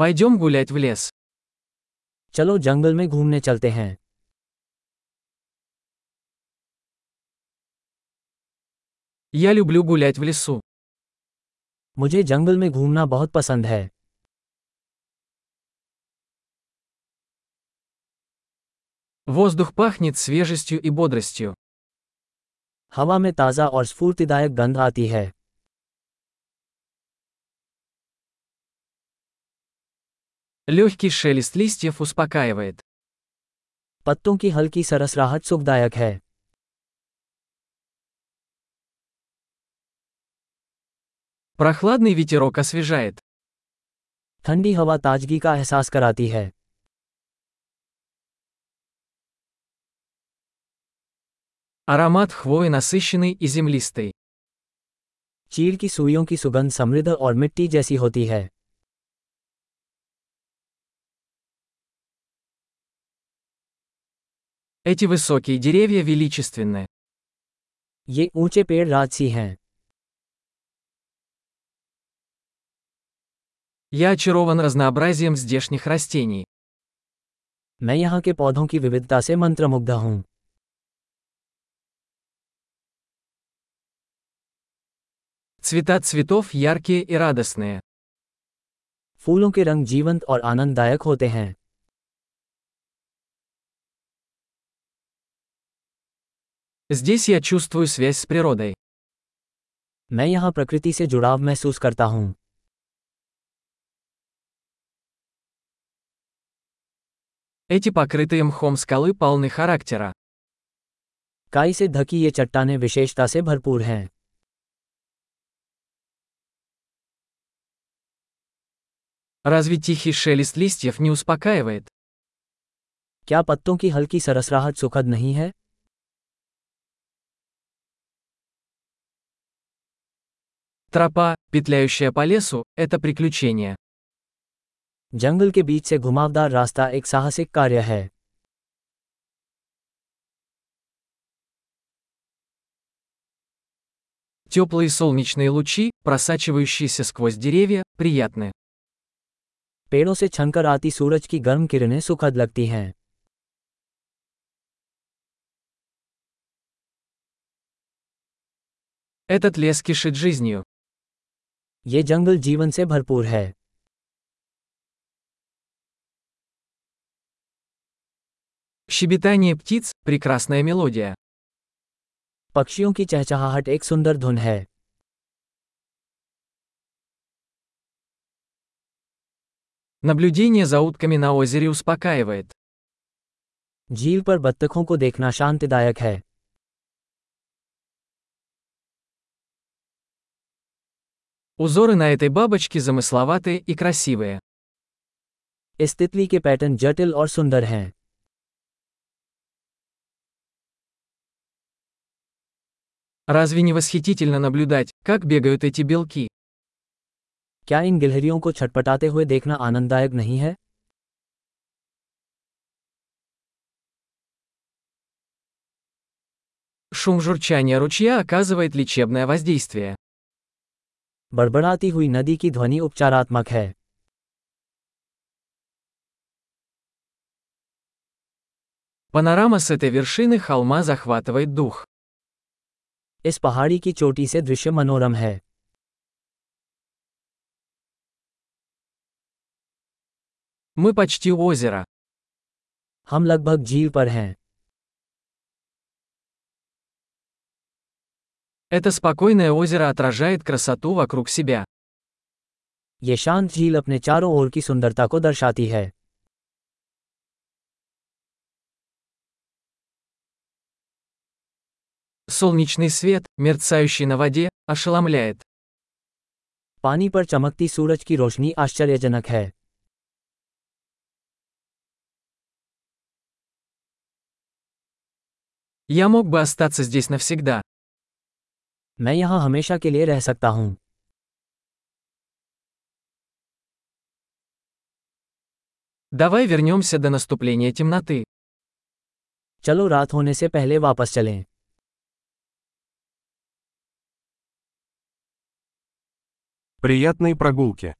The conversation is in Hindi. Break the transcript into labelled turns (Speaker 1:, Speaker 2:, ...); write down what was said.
Speaker 1: Пойдем гулять в лес.
Speaker 2: चलो जंगल में घूमने चलते हैं
Speaker 1: Я люблю гулять в лесу.
Speaker 2: मुझे जंगल में घूमना बहुत पसंद है
Speaker 1: Воздух пахнет свежестью и бодростью.
Speaker 2: हवा में ताज़ा और स्फूर्तिदायक गंध आती है
Speaker 1: Легкий шелест листьев успокаивает.
Speaker 2: पत्तों की हल्की सरसराहट सुखदायक है
Speaker 1: Прохладный ветерок освежает.
Speaker 2: ठंडी हवा ताजगी का एहसास कराती है
Speaker 1: Аромат хвои насыщенный и землистый.
Speaker 2: चीड़ की सुइयों की सुगंध समृद्ध और मिट्टी जैसी होती है
Speaker 1: Эти высокие деревья величественны.
Speaker 2: ये ऊंचे पेड़ राजसी हैं
Speaker 1: Я очарован разнообразием здешних растений.
Speaker 2: मैं यहाँ के पौधों की विविधता से मंत्रमुग्ध हूँ
Speaker 1: Цвета цветов яркие и радостные.
Speaker 2: फूलों के रंग जीवंत और आनंददायक होते हैं
Speaker 1: Здесь я чувствую связь с природой.
Speaker 2: मैं यहाँ प्रकृति से जुड़ाव महसूस करता हूँ
Speaker 1: Эти покрытые мхом скалы полны характера.
Speaker 2: काई से ढकी ये चट्टाने विशेषता से भरपूर हैं
Speaker 1: Разве тихий шелест листьев не успокаивает?
Speaker 2: क्या पत्तों की हल्की सरसराहट सुखद नहीं है
Speaker 1: Тропа, петляющая по лесу, это приключение.
Speaker 2: जंगल के बीच से घुमावदार रास्ता एक साहसिक कार्य है
Speaker 1: Теплые солнечные лучи, просачивающиеся сквозь деревья, приятны.
Speaker 2: पेड़ों से छनकर आती सूरज की गर्म किरणें सुखद लगती हैं
Speaker 1: Этот лес кишит жизнью.
Speaker 2: ये जंगल जीवन से भरपूर है
Speaker 1: Щебетание птиц – прекрасная мелодия.
Speaker 2: पक्षियों की चहचहाहट एक सुंदर धुन है
Speaker 1: Наблюдение за утками на озере успокаивает.
Speaker 2: झील पर बत्तखों को देखना शांतिदायक है
Speaker 1: Узоры на этой бабочке замысловатые и красивые.
Speaker 2: इस तितली के पैटर्न जटिल और सुंदर हैं
Speaker 1: Разве не восхитительно наблюдать, как бегают эти белки?
Speaker 2: क्या इन गिलहरियों को छटपटाते हुए देखना आनंददायक नहीं है
Speaker 1: Шум журчания ручья оказывает лечебное воздействие.
Speaker 2: बड़बड़ाती हुई नदी की ध्वनि उपचारात्मक है
Speaker 1: Панорама с этой вершины холма захватывает дух.
Speaker 2: इस पहाड़ी की चोटी से दृश्य मनोरम है
Speaker 1: Мы почти у озера.
Speaker 2: हम लगभग झील पर हैं
Speaker 1: Это спокойное озеро отражает красоту вокруг себя.
Speaker 2: ये शांत झील अपने चारों ओर की सुंदरता को दर्शाती है
Speaker 1: Солнечный свет, мерцающий на воде, ошеломляет.
Speaker 2: पानी पर चमकती सूरज की रोशनी आश्चर्यजनक है
Speaker 1: Я мог бы остаться здесь навсегда.
Speaker 2: मैं यहाँ हमेशा के लिए रह सकता हूँ
Speaker 1: Давай вернемся до наступления темноты.
Speaker 2: चलो रात होने से पहले वापस चलें
Speaker 3: Приятной прогулки!